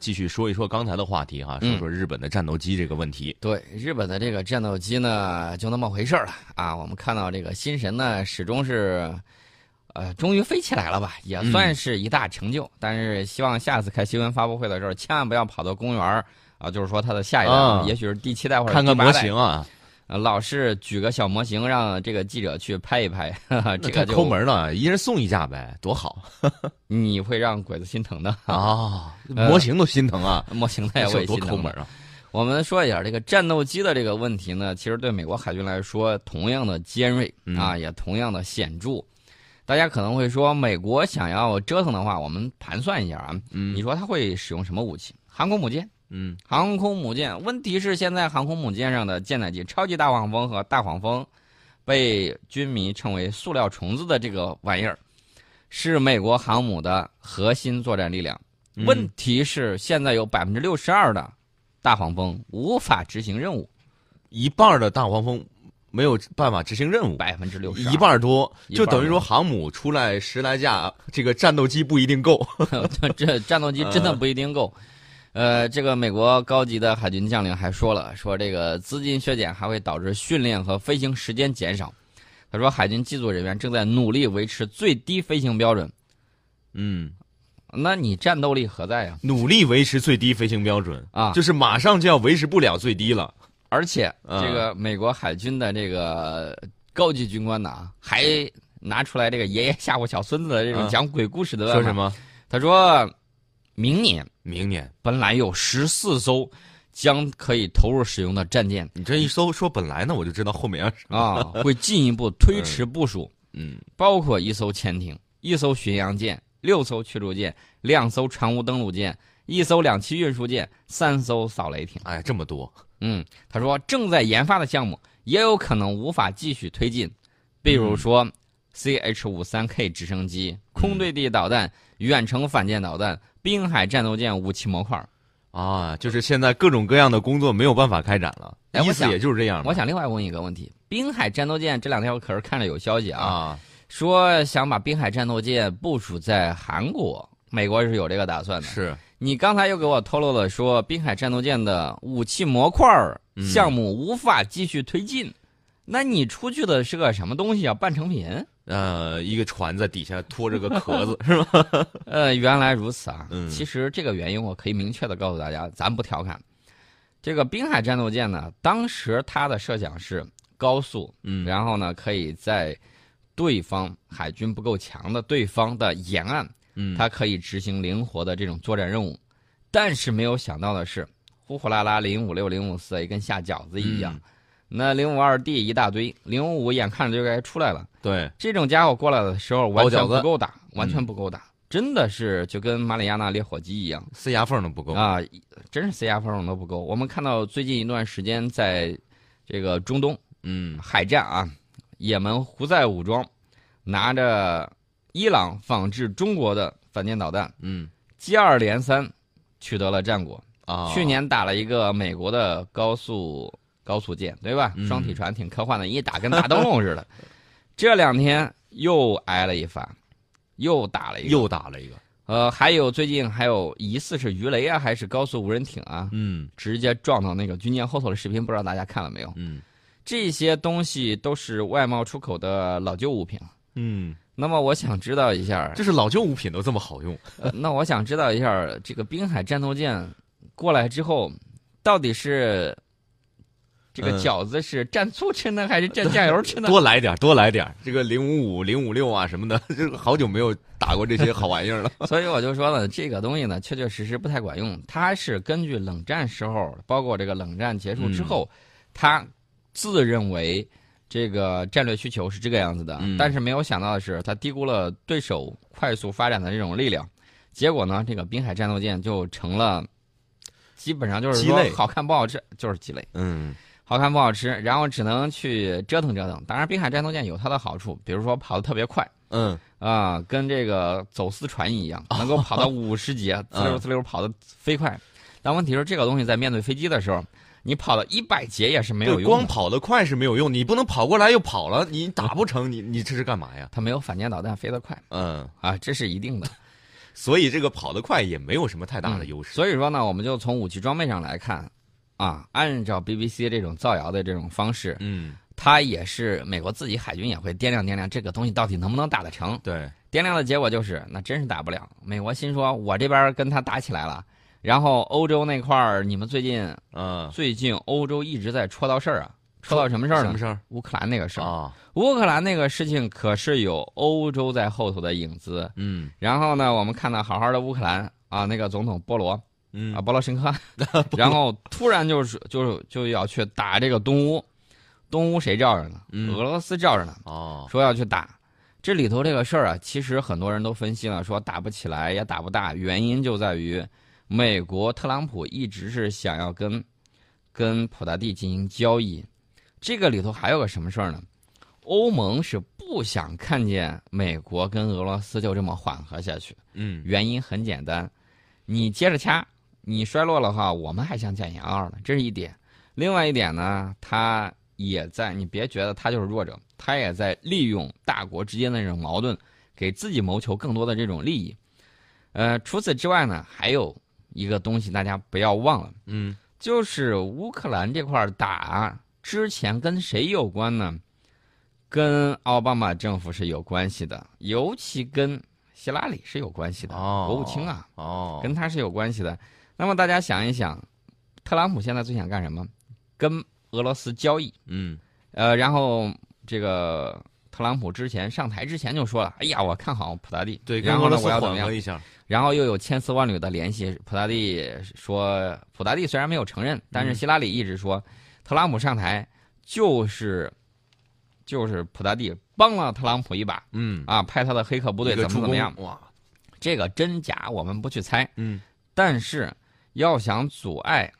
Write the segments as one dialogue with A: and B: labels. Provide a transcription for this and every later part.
A: 继续说一说刚才的话题哈、说说日本的战斗机这个问题。
B: 对，日本的这个战斗机呢，就那么回事儿了啊。我们看到这个新神呢，始终是，呃，终于飞起来了吧，也
A: 嗯
B: 算是一大成就。但是希望下次开新闻发布会的时候，千万不要跑到公园儿啊，就是说它的下一代，
A: 啊
B: 也许是第七代或者
A: 看
B: 第
A: 看
B: 八
A: 模
B: 代
A: 型啊，
B: 呃老是举个小模型让这个记者去拍一拍， 哈哈，
A: 那
B: 这
A: 太
B: 个
A: 抠
B: 就
A: 门了，一人送一架呗，多好
B: 你会让鬼子心疼的。
A: 啊！
B: 呃
A: 模型都心疼啊，
B: 模型它也
A: 那是
B: 会
A: 有多
B: 心疼
A: 抠
B: 的
A: 门啊！
B: 我们说一下这个战斗机的这个问题呢，其实对美国海军来说同样的尖锐
A: 嗯
B: 啊，也同样的显著。大家可能会说，美国想要折腾的话，我们盘算一下啊，你
A: 嗯
B: 说他会使用什么武器？航空母舰，
A: 嗯
B: 航空母舰。问题是现在航空母舰上的舰载机超级大黄蜂和大黄蜂，被军迷称为“塑料虫子”的这个玩意儿，是美国航母的核心作战力量。
A: 嗯
B: 问题是，现在有百分之六十二的大黄蜂无法执行任务，
A: 一半儿的大黄蜂没有办法执行任务，
B: 百分之六十
A: 一半儿多，
B: 一
A: 就
B: 半儿
A: 等于说航母出来十来架，这个战斗机不一定够。
B: 这 这战斗机真
A: 嗯
B: 的不一定够。呃，这个美国高级的海军将领还说了，说这个资金削减还会导致训练和飞行时间减少。他说，海军机组人员正在努力维持最低飞行标准。
A: 嗯，
B: 那你战斗力何在呀、
A: 努力维持最低飞行标准，
B: 啊？
A: 就是马上就要维持不了最低了。
B: 而且
A: 嗯
B: 这个美国海军的这个高级军官呢啊，还拿出来这个爷爷吓唬小孙子的这种
A: 嗯
B: 讲鬼故事的办法
A: 说什？么？
B: 他说，明年
A: 明年
B: 本来有十四艘将可以投入使用的战舰
A: 你这一搜说本来呢，我就知道后面要是
B: 啊，会进一步推迟部署，
A: 嗯
B: 包括一艘潜艇、一艘巡洋舰、六艘驱逐舰、两艘船坞登陆舰、一艘两栖运输舰、三艘扫雷艇。
A: 哎，这么多，
B: 嗯，他说正在研发的项目也有可能无法继续推进，比如说 CH 五三 K 直升机、空对地导弹、远程反舰导弹、滨海战斗舰武器模块。
A: 啊，就是现在各种各样的工作没有办法开展了，
B: 哎我
A: 意思
B: 想
A: 也就是这样吧
B: 我想另外问一个问题：滨海战斗舰这两天我可是看着有消息啊，
A: 啊，
B: 说想把滨海战斗舰部署在韩国，美国是有这个打算的。
A: 是
B: 你刚才又给我透露了说，滨海战斗舰的武器模块儿
A: 嗯
B: 项目无法继续推进，那你出去的是个什么东西啊？半成品？
A: 呃，一个船在底下拖着个壳 子，
B: 呃，原来如此啊。
A: 嗯
B: 其实这个原因我可以明确的告诉大家，咱不调侃。这个滨海战斗舰呢，当时它的设想是高速，
A: 嗯
B: 然后呢，可以在对方海军不够强的对方的沿岸，
A: 嗯，
B: 它可以执行灵活的这种作战任务。但是没有想到的是，呼呼啦啦零五六、零五四跟下饺子一样，
A: 嗯
B: 那零五二 D 一大堆，零五五眼看着就该出来了。
A: 对，
B: 这种家伙过来的时候完全
A: 包饺子嗯
B: 不够打，完全不够打，真的是就跟马里亚纳烈火鸡一样
A: 塞牙缝都不够，
B: 啊！真是 C R 分都不够。我们看到最近一段时间在这个中东。
A: 嗯
B: 海战啊，也门胡塞武装拿着伊朗仿制中国的反舰导弹，
A: 嗯
B: 接二连三取得了战果。
A: 啊，
B: 去年打了一个美国的高速高速舰，对吧？
A: 嗯
B: 双体船挺科幻的，一打跟打灯笼似的。 这两天又挨了一发，又打了一个。
A: 又打了一个，
B: 呃，还有最近还有疑似是鱼雷啊，还是高速无人艇啊，
A: 嗯
B: 直接撞到那个军舰后头的视频，不知道大家看了没有？
A: 嗯
B: 这些东西都是外贸出口的老旧物品。
A: 嗯，
B: 那么我想知道一下，
A: 就是老旧物品都这么好 用，
B: 呃那我想知道一下，这个滨海战斗舰过来之后，到底是这个
A: 嗯
B: 饺子是蘸醋吃呢，还是蘸酱油吃呢？
A: 多来点儿，多来点儿，这个零五五、零五六啊什么的， 这个好久没有打过这些好玩意儿 了，
B: 所以我就说了，这个东西呢，确确实实不太管用。它是根据冷战时候，包括这个冷战结
A: 嗯
B: 束之后，他自认为这个战略需求是这个样子的，
A: 嗯
B: 但是没有想到的是，他低估了对手快速发展的这种力量。结果呢，这个滨海战斗舰就成了，基本上就是
A: 鸡
B: 说
A: 肋
B: 好看不好吃，就是鸡肋。
A: 嗯
B: 好看不好吃，然后只能去折腾折腾。当然，滨海战斗舰有它的好处，比如说跑得特别快，
A: 嗯
B: 啊、跟这个走私船一样，
A: 哦
B: 能够跑到五十节， 呲
A: 嗯
B: 溜呲溜跑得飞快。但问题是，这个东西在面对飞机的时候，你跑到一百节也是没有
A: 对
B: 用
A: 光
B: 的。
A: 跑得快是没有用，你不能跑过来又跑了，你打不成，你你这是干嘛呀？
B: 它没有反舰导弹飞得快
A: 嗯，
B: 啊，这是一定的。
A: 所以这个跑得快也没有什么太大的
B: 嗯
A: 优势。
B: 所以说呢，我们就从武器装备上来看，啊，按照 BBC 这种造谣的这种方式，
A: 嗯，
B: 它也是美国自己海军也会掂量掂量这个东西到底能不能打得成。
A: 嗯对，
B: 掂量的结果就是，那真是打不了。美国心说，我这边跟他打起来了，然后欧洲那块儿，你们最近
A: 嗯，
B: 最近欧洲一直在戳到事儿啊，戳到什么事儿
A: 什
B: 呢
A: 么？事儿
B: 乌克兰那个事儿，
A: 啊？
B: 乌克兰那个事情可是有欧洲在后头的影子。
A: 嗯
B: 然后呢，我们看到好好的乌克兰啊，那个总统波罗啊，
A: 嗯
B: 波罗申 科，然后突然就是就就要去打这个东乌，东乌谁罩着呢？
A: 嗯
B: 俄罗斯罩着呢，
A: 哦，
B: 说要去打。这里头这个事儿啊，其实很多人都分析了，说打不起来也打不大，原因就在于美国特朗普一直是想要跟跟普大帝进行交易。这个里头还有个什么事儿呢？欧盟是不想看见美国跟俄罗斯就这么缓和下去。
A: 嗯
B: 原因很简单，你接着掐，你衰落了哈，我们还想捡牙二呢，这是一点。另外一点呢，他也在，你别觉得他就是弱者，他也在利用大国之间的这种矛盾，给自己谋求更多的这种利益。呃，除此之外呢，还有一个东西大家不要忘了，
A: 嗯
B: 就是乌克兰这块儿打之前跟谁有关呢？跟奥巴马政府是有关系的，尤其跟希拉里是有关系的。
A: 哦，
B: 国务卿啊，
A: 哦，
B: 跟他是有关系的。那么大家想一想，特朗普现在最想干什么？跟俄罗斯交易。
A: 嗯
B: 呃，然后这个特朗普之前上台之前就说了：“哎呀，我看好普大帝。”
A: 对，跟
B: 然后
A: 俄
B: 呢
A: 罗，斯
B: 我要怎么
A: 缓
B: 样
A: 和？一下，
B: 然后又有千丝万缕的联系。普大帝说，普大帝虽然没有承认，
A: 嗯
B: 但是希拉里一直说，特朗普上台就是就是普大帝帮了特朗普一把
A: 嗯，
B: 啊，派他的黑客部队
A: 一个
B: 怎么
A: 助
B: 怎么样
A: 攻？哇，
B: 这个真假我们不去猜，
A: 嗯
B: 但是要想阻碍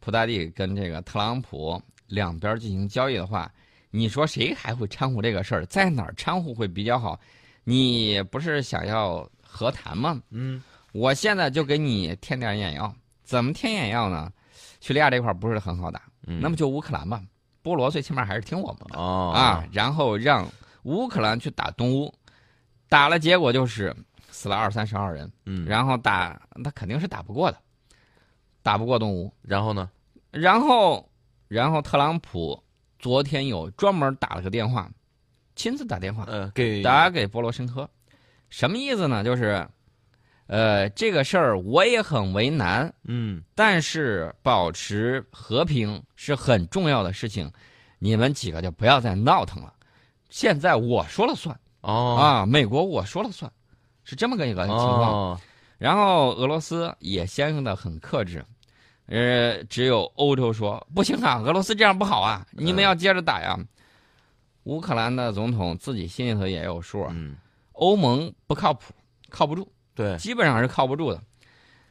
B: 普大帝跟这个特朗普两边进行交易的话，你说谁还会掺和这个事儿？在哪儿掺和会比较好？你不是想要和谈吗？
A: 嗯
B: 我现在就给你添点眼药，怎么添眼药呢？叙利亚这块儿不是很好打，
A: 嗯，
B: 那么就乌克兰吧。波罗最起码还是听我们的
A: 哦
B: 啊，，然后让乌克兰去打东乌，打了结果就是死了二三十号人，
A: 嗯，
B: 然后打他肯定是打不过的，打不过东乌。
A: 然后呢？
B: 然后，然后特朗普昨天有专门打了个电话，亲自打电话，
A: 呃，给
B: 打给波罗申科，什么意思呢？就是，呃，这个事儿我也很为难，
A: 嗯
B: 但是保持和平是很重要的事情，你们几个就不要再闹腾了。现在我说了算、
A: 哦
B: 啊，美国我说了算，是这么个一个情况。
A: 哦
B: 然后俄罗斯也相应的很克制，呃，只有欧洲说不行啊，俄罗斯这样不好啊，你
A: 嗯
B: 们要接着打呀。乌克兰的总统自己心里头也有数，啊
A: 嗯，
B: 欧盟不靠谱，靠不住，
A: 对，
B: 基本上是靠不住的。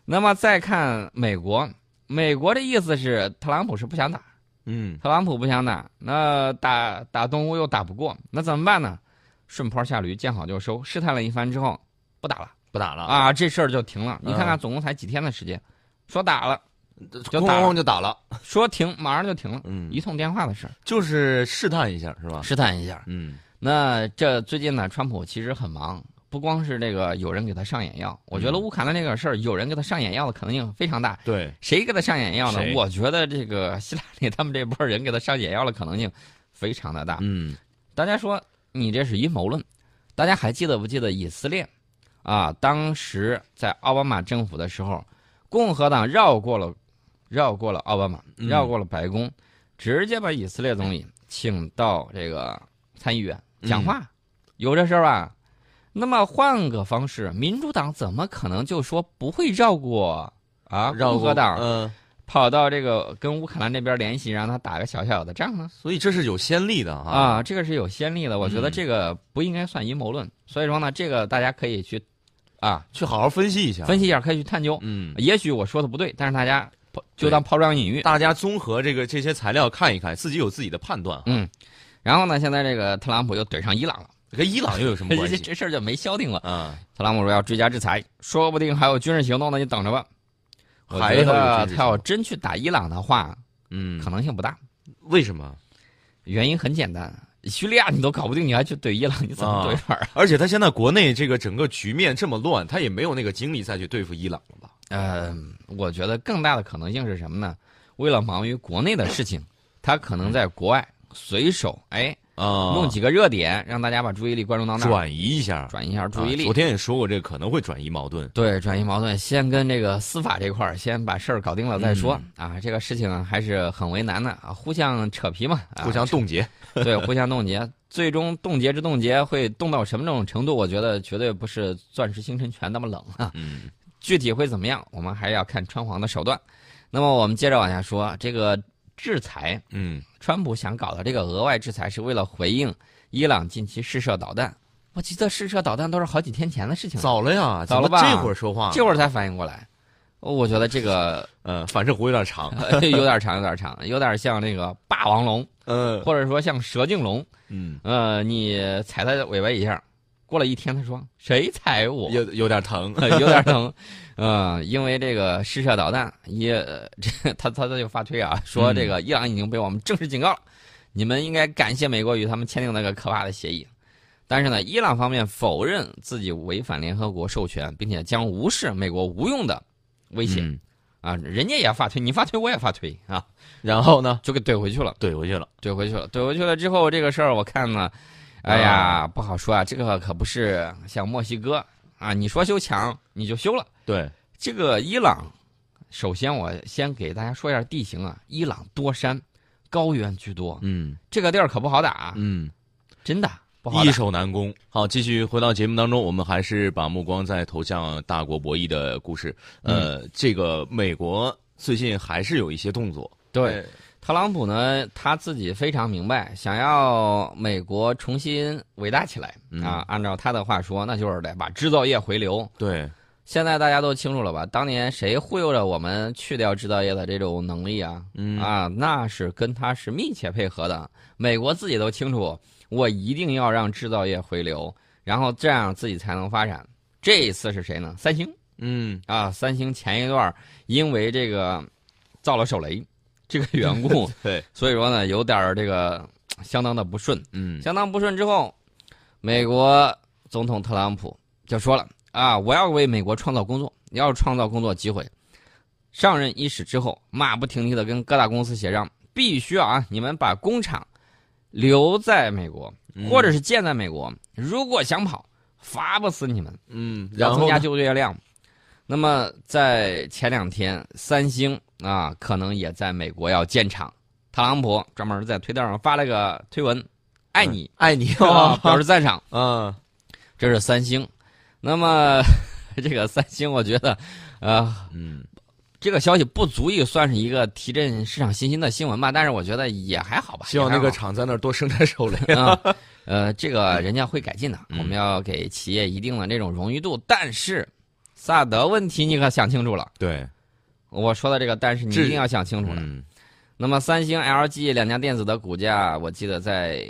B: 那么再看美国，美国的意思是特朗普是不想打，
A: 嗯
B: 特朗普不想打，那打打东乌又打不过，那怎么办呢？顺坡下驴，见好就收，试探了一番之后，不打了。
A: 不打了，
B: 啊，这事儿就停了。
A: 嗯
B: 你看看，总共才几天的时间，说打了，
A: 就
B: 就
A: 咣
B: 打
A: 咣就打了，
B: 说停，马上就停了，
A: 嗯
B: 一，通电话的事儿，
A: 就是试探一下是吧？
B: 试探一下。
A: 嗯
B: 那这最近呢，川普其实很忙，不光是这个有人给他上眼药，我觉得
A: 嗯
B: 乌克兰这个事儿，有人给他上眼药的可能性非常大。
A: 对，
B: 谁给他上眼药呢
A: 谁？
B: 我觉得这个希拉里他们这波人给他上眼药的可能性非常的大。
A: 嗯
B: 大家说你这是阴谋论，大家还记得不记得以色列啊？当时在奥巴马政府的时候，共和党绕过了绕过了奥巴马，
A: 嗯
B: 绕过了白宫，直接把以色列总理请到这个参议院
A: 嗯
B: 讲话，有这事儿吧？那么换个方式，民主党怎么可能就说不会绕过啊
A: 绕
B: 共和
A: 过
B: 党，
A: 嗯，
B: 跑到这个跟乌克兰这边联系，让他打个小小的仗呢？
A: 所以这是有先例的啊，
B: 啊，这个是有先例的，我觉得
A: 嗯
B: 这个不应该算阴谋论。所以说呢，这个大家可以去啊
A: 去好好分析一下，
B: 分析一下，可以去探究。
A: 嗯，
B: 也许我说的不对，但是大家抛
A: 对
B: 就当抛砖引玉。
A: 大家综合这个这些材料看一看，自己有自己的判断啊。
B: 嗯，然后呢，现在这个特朗普又怼上伊朗了，
A: 跟伊朗又有什么关
B: 这
A: 系？
B: 这事儿就没消停了。
A: 啊，
B: 特朗普说要追加制裁，说不定还有军事行动呢，你等着吧。我
A: 还
B: 觉
A: 有
B: 得
A: 军事
B: 他要
A: 行
B: 真去打伊朗的话，
A: 嗯
B: 可，能性不大。
A: 为什么？
B: 原因很简单，叙利亚你都搞不定，你还去怼伊朗，你怎么对付啊？
A: 而且他现在国内这个整个局面这么乱，他也没有那个精力再去对付伊朗了吧？
B: 嗯，我觉得更大的可能性是什么呢？为了忙于国内的事情，他可能在国外随手哎
A: 啊，
B: 弄几个热点，让大家把注意力关注到那儿，
A: 转移一下
B: 转移一下注意
A: 啊
B: 力
A: 昨。天也说过，这个可能会转移矛盾。
B: 对，转移矛盾，先跟这个司法这块儿先把事儿搞定了再说、
A: 嗯
B: 啊。这个事情还是很为难的啊，互相扯皮嘛，啊
A: 互相冻结，
B: 对，互相冻结，最终冻结之冻结会冻到什么这种程度？我觉得绝对不是钻石星辰拳那么冷啊。
A: 嗯，
B: 具体会怎么样，我们还要看川皇的手段。那么我们接着往下说，这个制裁，
A: 嗯，
B: 川普想搞的这个额外制裁是为了回应伊朗近期试射导弹。我记得试射导弹都是好几天前的事情了，
A: 早了呀，
B: 嗯早
A: 怎么
B: 了吧
A: 这会儿说话，
B: 这会儿才反应过来。我觉得这个
A: 呃，反射弧有点长，
B: 有点长，有点长，有点像那个霸王龙，
A: 嗯
B: 或者说像蛇颈龙。
A: 嗯，
B: 呃，你踩它尾巴一下，过了一天，他说谁踩我？
A: 有有点疼，
B: 有点疼，呃，因为这个试射导弹，也呃这他他他就发推啊，说这个伊朗已经被我们正式警告了，你们应该感谢美国与他们签订那个可怕的协议。但是呢，伊朗方面否认自己违反联合国授权，并且将无视美国无用的威胁、
A: 嗯
B: 啊，人家也发推，你发推我也发推啊，
A: 然后呢，
B: 就给怼回去了。
A: 怼回去了，
B: 怼回去了，怼回去了之后，这个事儿我看呢，哎呀，不好说啊，这个可不是像墨西哥啊，你说修墙你就修了。
A: 对，
B: 这个伊朗，首先我先给大家说一下地形啊，伊朗多山，高原居多，
A: 嗯
B: 这个地儿可不好打啊，
A: 嗯，
B: 真的不好
A: 易
B: 打。
A: 守难攻。好，继续回到节目当中，我们还是把目光再投向大国博弈的故事。
B: 嗯
A: 呃，这个美国最近还是有一些动作，
B: 对，，特朗普呢，他自己非常明白，想要美国重新伟大起来
A: 嗯
B: 啊，按照他的话说，那就是得把制造业回流，
A: 对，
B: 现在大家都清楚了吧？当年谁忽悠着我们去掉制造业的这种能力啊？
A: 嗯
B: 啊，那是跟他是密切配合的。美国自己都清楚，我一定要让制造业回流，然后这样自己才能发展。这一次是谁呢？三星
A: 嗯，
B: 啊，三星前一段儿因为这个造了手雷这个缘故，
A: 对，
B: 所以说呢有点儿这个相当的不顺。
A: 嗯
B: 相当不顺之后，美国总统特朗普就说了啊，我要为美国创造工作，要创造工作机会。上任伊始之后，马不停蹄的跟各大公司协商，必须啊，你们把工厂留在美国，
A: 嗯
B: 或者是建在美国。如果想跑，罚不死你们。
A: 嗯，然
B: 要增
A: 后
B: 加
A: 呢
B: 就业量。那么在前两天，三星啊可能也在美国要建厂，特朗普专门在推特上发了个推文，爱你，
A: 爱 你
B: 啊
A: 哦，
B: 表示赞赏。
A: 嗯，
B: 这是三星。那么 这个三星，我觉得，呃，
A: 嗯，
B: 这个消息不足以算是一个提振市场信心的新闻吧，但是我觉得也还好吧。
A: 希望那
B: 也还
A: 个
B: 好
A: 厂在那儿多生产 手雷。
B: 啊，呃，这个人家会改进的，
A: 嗯
B: 我们要给企业一定的这种荣誉度。但是，萨德问题你可想清楚了。
A: 对，
B: 我说的这个，但是你
A: 这
B: 一定要想清楚了。
A: 嗯
B: 那么，三星、LG 两家电子的股价，我记得在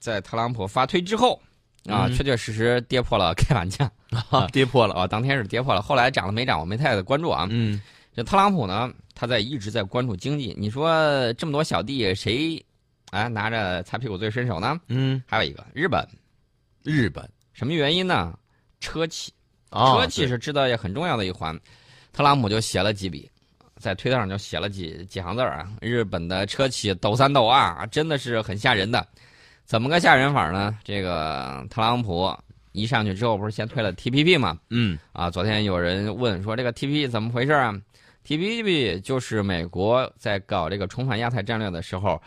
B: 在特朗普发推之后啊，
A: 嗯
B: 确确实实跌破了开盘价
A: 啊，跌破了，
B: 啊，当天是跌破了，后来涨了没涨，我没太关注啊。
A: 嗯
B: 这特朗普呢，他在一直在关注经济。你说这么多小弟，谁啊拿着擦屁股最伸手呢？
A: 嗯，
B: 还有一个日本，
A: 日本
B: 什么原因呢？车企，
A: 啊，
B: 车企是制造业很重要的一环。特朗普就写了几笔，在推特上就写了几几行字儿啊，日本的车企抖三抖啊，真的是很吓人的。怎么个吓人法儿呢？这个特朗普一上去之后，不是先推了 TPP 嘛？
A: 嗯
B: 啊，昨天有人问说这个 TPP 怎么回事啊？TPP 就是美国在搞这个重返亚太战略的时候，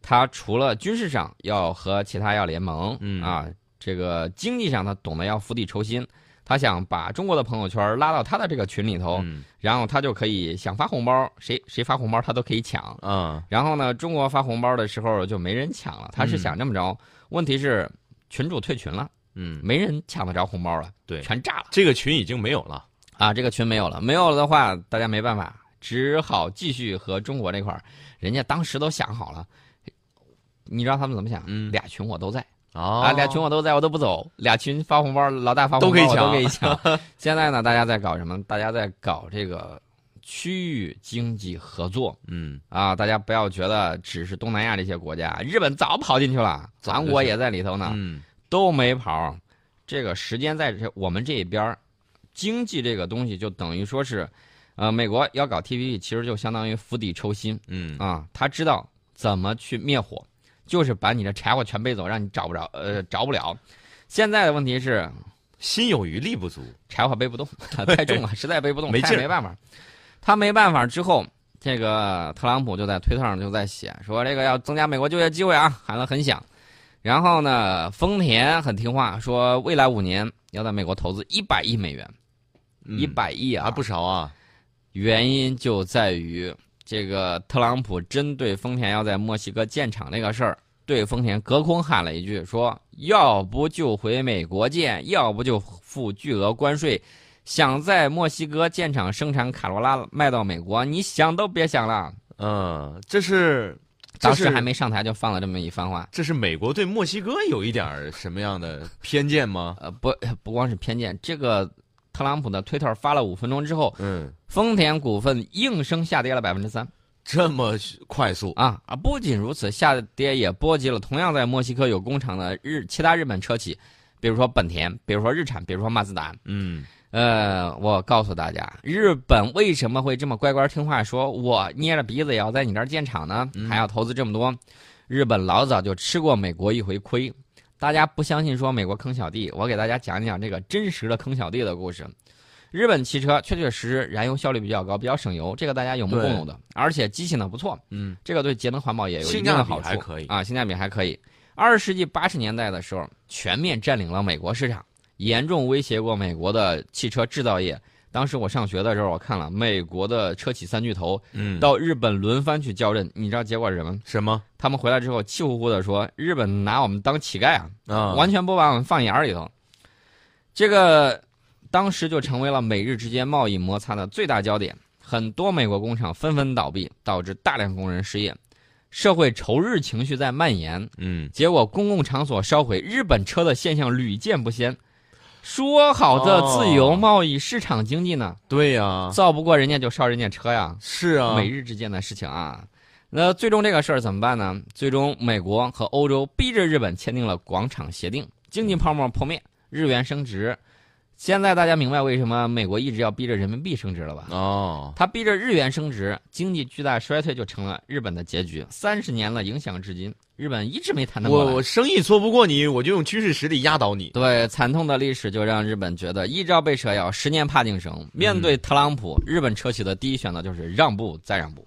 B: 它除了军事上要和其他要联盟，
A: 嗯
B: 啊，这个经济上它懂得要釜底抽薪，他想把中国的朋友圈拉到他的这个群里头，
A: 嗯
B: 然后他就可以想发红包，谁谁发红包他都可以抢。
A: 啊，
B: 然后呢，中国发红包的时候就没人抢了，他是
A: 嗯
B: 想这么着。问题是群主退群了，
A: 嗯，
B: 没人抢得着红包了，
A: 对，
B: 全炸了。
A: 这个群已经没有了。
B: 啊，这个群没有了，没有了的话，大家没办法，只好继续和中国这块儿，人家当时都想好了，你知道他们怎么想？
A: 嗯
B: 俩群我都在、
A: 啊
B: 啊，俩群我都在，我都不走，俩群发红包，老大发红
A: 都
B: 包
A: 可以
B: 我
A: 抢
B: 都可以抢。现在呢，大家在搞什么？大家在搞这个区域经济合作
A: 嗯，
B: 啊，大家不要觉得只是东南亚这些国家，日本早跑进去了，
A: 早
B: 韩
A: 就
B: 国
A: 是
B: 也在里头呢，
A: 嗯，
B: 都没跑。这个时间在这我们这一边儿，经济这个东西就等于说是，呃，美国要搞 TPP，其实就相当于釜底抽薪
A: 嗯，
B: 啊，他知道怎么去灭火，就是把你的柴火全背走，让你找不着，呃，着不了。现在的问题是，
A: 心有余力不足，
B: 柴火背 不动，太重了，实在背不动，
A: 没
B: 他
A: 劲
B: 也
A: 儿
B: 没办法。他没办法之后，这个特朗普就在推特上就在写说这个要增加美国就业机会啊，喊得很响。然后呢，丰田很听话，说未来五年要在美国投资一百亿美元，一
A: 嗯
B: 百亿啊，
A: 还不少啊，
B: 原因就在于这个特朗普针对丰田要在墨西哥建厂那个事儿，对丰田隔空喊了一句说：“要不就回美国建，要不就付巨额关税。想在墨西哥建厂生产卡罗拉卖到美国，你想都别想了。
A: 嗯，这是”
B: 当
A: 这
B: 时
A: 是
B: 还没上台就放了这么一番话。
A: 这是美国对墨西哥有一点儿什么样的偏见 吗？
B: 呃，不不光是偏见，这个特朗普的推特发了五分钟之后，
A: 嗯，
B: 丰田股份应声下跌了百分之三。
A: 这么快速，
B: 啊啊！不仅如此，下跌也波及了同样在墨西哥有工厂的日其他日本车企，比如说本田，比如说日产，比如说马自达。
A: 嗯
B: 呃，我告诉大家，日本为什么会这么乖乖听话，说我捏着鼻子也要在你这儿建厂呢，
A: 嗯
B: 还要投资这么多？日本老早就吃过美国一回亏。大家不相信说美国坑小弟，我给大家讲一讲这个真实的坑小弟的故事。日本汽车确确实实燃油效率比较高，比较省油，这个大家有目共
A: 对
B: 睹的，而且机器呢不错，
A: 嗯，
B: 这个对节能环保也有一
A: 性
B: 定的
A: 价比
B: 好处，
A: 还可以
B: 啊，性价比还可以。二十世纪八十年代的时候，全面占领了美国市场，严重威胁过美国的汽车制造业。当时我上学的时候，我看了美国的车企三巨头
A: 嗯，
B: 到日本轮番去交刃，你知道结果是什么？
A: 什么
B: 他们回来之后气呼呼的说：“日本拿我们当乞丐啊，
A: 啊？
B: 完全不把我们放眼儿里头。”这个当时就成为了美日之间贸易摩擦的最大焦点。很多美国工厂纷纷倒闭，导致大量工人失业，社会仇日情绪在蔓延。
A: 嗯，
B: 结果公共场所烧毁日本车的现象屡见不鲜。说好的自由
A: 哦
B: 贸易市场经济呢，
A: 对呀、
B: 造不过人家就烧人家车呀。
A: 是哦啊，
B: 美日之间的事情啊。那最终这个事儿怎么办呢？最终美国和欧洲逼着日本签订了广场协定，经济泡沫破灭，日元升值。现在大家明白为什么美国一直要逼着人民币升值了吧？
A: 哦，
B: 它逼着日元升值，经济巨大衰退就成了日本的结局。三十年了，影响至今，日本一直没谈得过来
A: 我我生意做不过你，我就用军事实力压倒你。
B: 对，惨痛的历史就让日本觉得一朝被蛇咬，十年怕井绳。面对特朗普，日本车企的第一选择就是让步再让步。